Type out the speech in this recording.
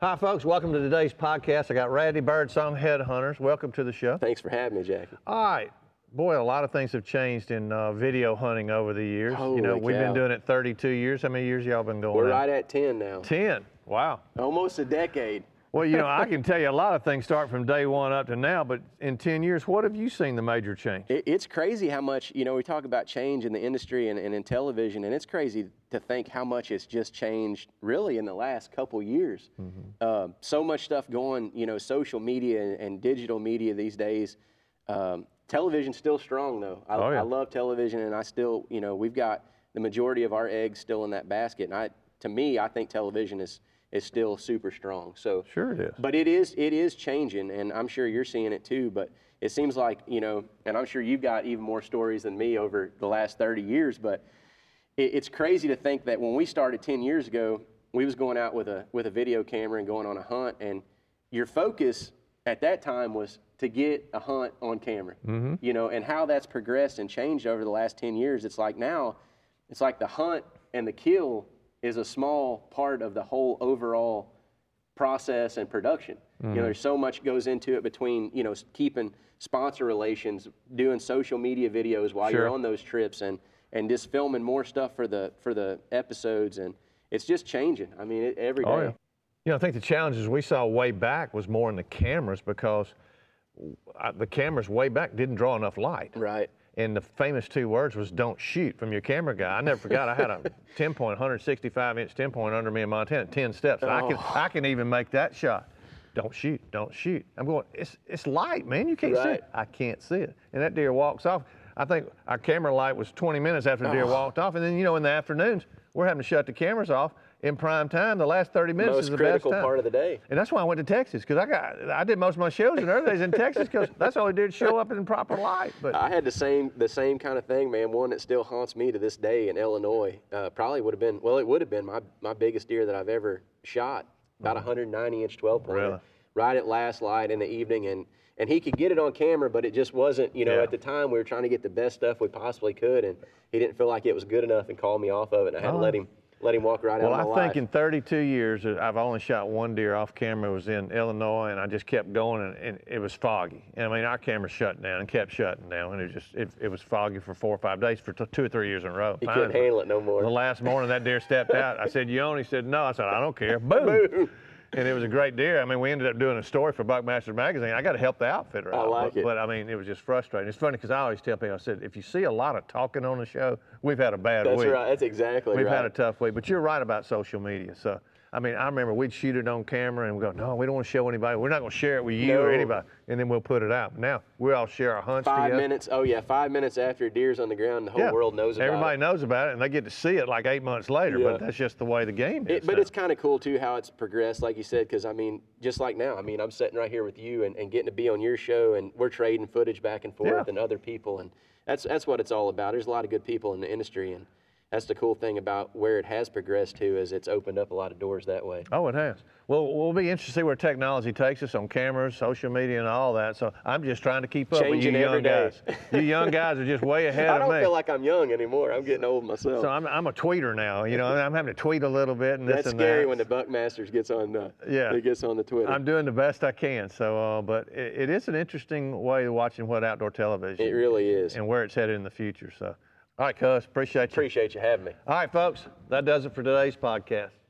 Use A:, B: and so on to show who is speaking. A: Hi, folks. Welcome to today's podcast. I got Randy Birdsong, Headhunters. Welcome to the show.
B: Thanks for having me, Jackie.
A: All right. Boy, a lot of things have changed in uh, video hunting over the years. you know,
B: Holy
A: we've been
B: cow.
A: doing it 32 years. How many years y'all been going?
B: We're
A: now?
B: right at 10 now.
A: 10. Wow.
B: Almost a decade.
A: Well, you know, I can tell you a lot of things start from day one up to now, but in 10 years, what have you seen the major change?
B: It, it's crazy how much, you know, we talk about change in the industry and, and in television, and it's crazy to think how much it's just changed really in the last couple years. Um, so much stuff going, you know, social media and, and digital media these days. Um, television's still strong, though. I,
A: Oh, yeah.
B: I love television, and I still, you know, we've got the majority of our eggs still in that basket. And I, to me, I think television is, is still super strong. So
A: Sure it is.
B: But it is it is changing, and I'm sure you're seeing it too. But it seems like you know, and I'm sure you've got even more stories than me over the last 30 years. But it, it's crazy to think that when we started 10 years ago, we was going out with a with a video camera and going on a hunt, and your focus at that time was to get a hunt on camera. You know, and how that's progressed and changed over the last 10 years. It's like now, it's like the hunt and the kill is a small part of the whole overall process and production. You know, there's so much goes into it between you know s- keeping sponsor relations, doing social media videos while
A: Sure.
B: you're on those trips, and and just filming more stuff for the for the episodes, and it's just changing. I mean, it, every day.
A: Oh, yeah. You know, I think the challenges we saw way back was more in the cameras because uh, the cameras way back didn't draw enough light.
B: Right.
A: And the famous two words was "don't shoot" from your camera guy. I never forgot. I had a 10 point, 165 inch 10 point under me in Montana, 10 steps. I can
B: Oh.
A: I can even make that shot. Don't shoot, don't shoot. I'm going. It's it's light, man. You can't see
B: Right.
A: it. I can't see it. And that deer walks off. I think our camera light was 20 minutes after the deer
B: Oh.
A: walked off, and then you know in the afternoons we're having to shut the cameras off in prime time. The last 30 minutes is
B: Most
A: the
B: critical
A: best time.
B: part of the day.
A: And that's why I went to Texas because I got I did most of my shows in early days in Texas because that's all they did show up in proper light. But
B: I had the same the same kind of thing, man. One that still haunts me to this day in Illinois. Uh, probably would have been well, it would have been my my biggest deer that I've ever shot, about a 190 inch 12 pointer,
A: Uh-huh. Really?
B: right at last light in the evening, and and he could get it on camera, but it just wasn't. You know,
A: Yeah.
B: at the time we were trying to get the best stuff we possibly could, and he didn't feel like it was good enough and called me off of it. And I had
A: Oh.
B: to let him let him walk right
A: well,
B: out
A: I
B: of my
A: think
B: life.
A: in 32 years uh, I've only shot one deer off camera. It was in Illinois, and I just kept going, and, and it was foggy. And I mean, our camera shut down and kept shutting down, and it just it, it was foggy for four or five days for t- two or three years in a row.
B: he couldn't handle it no more.
A: The last morning that deer stepped out. I said, "You on?" He said, "No." I said, "I don't care." Boom. And it was a great deer. I mean, we ended up doing a story for Buckmaster Magazine. I got to help the outfitter out.
B: like
A: but,
B: it.
A: but, I mean, it was just frustrating. It's funny because I always tell people, I said, if you see a lot of talking on the show, we've had a bad
B: That's
A: week.
B: right. That's exactly
A: We've
B: right.
A: had a tough week, but you're right about social media. So, I mean, I remember we'd shoot it on camera and we go, no, we don't want to show anybody. We're not going to share it with you or
B: No.
A: anybody. And then we'll put it out. Now, we all share our hunts
B: Five
A: together.
B: minutes. Oh yeah, five minutes after a deer's on the ground, the whole
A: Yeah.
B: world knows about it.
A: Everybody knows about it and they get to see it like eight months later,
B: Yeah.
A: but that's just the way the game is.
B: It, but
A: now.
B: it's kind of cool too how it's progressed, like you said, because I mean, just like now, I mean, I'm sitting right here with you and, and getting to be on your show, and we're trading footage back and forth
A: Yeah.
B: and other people, and that's that's what it's all about. There's a lot of good people in the industry, and that's the cool thing about where it has progressed to is it's opened up a lot of doors that way.
A: Oh, it has. Well, we'll be interested to see where technology takes us on cameras, social media, and all that. So I'm just trying to keep up
B: Changing
A: with you young
B: every day.
A: guys. You young guys are just way ahead
B: I
A: of
B: don't
A: me.
B: feel like I'm young anymore. I'm getting old myself.
A: so I'm, I'm a tweeter now. You know, I'm having to tweet a little bit and this
B: that's
A: and
B: scary
A: that.
B: when the Buckmasters gets on. Uh,
A: Yeah.
B: it gets on the Twitter.
A: I'm doing the best I can. So, uh, but it, it is an interesting way of watching what outdoor television
B: it really is.
A: and where it's headed in the future. So, all right, Cuz, appreciate you.
B: Appreciate you having me.
A: all right, folks, that does it for today's podcast.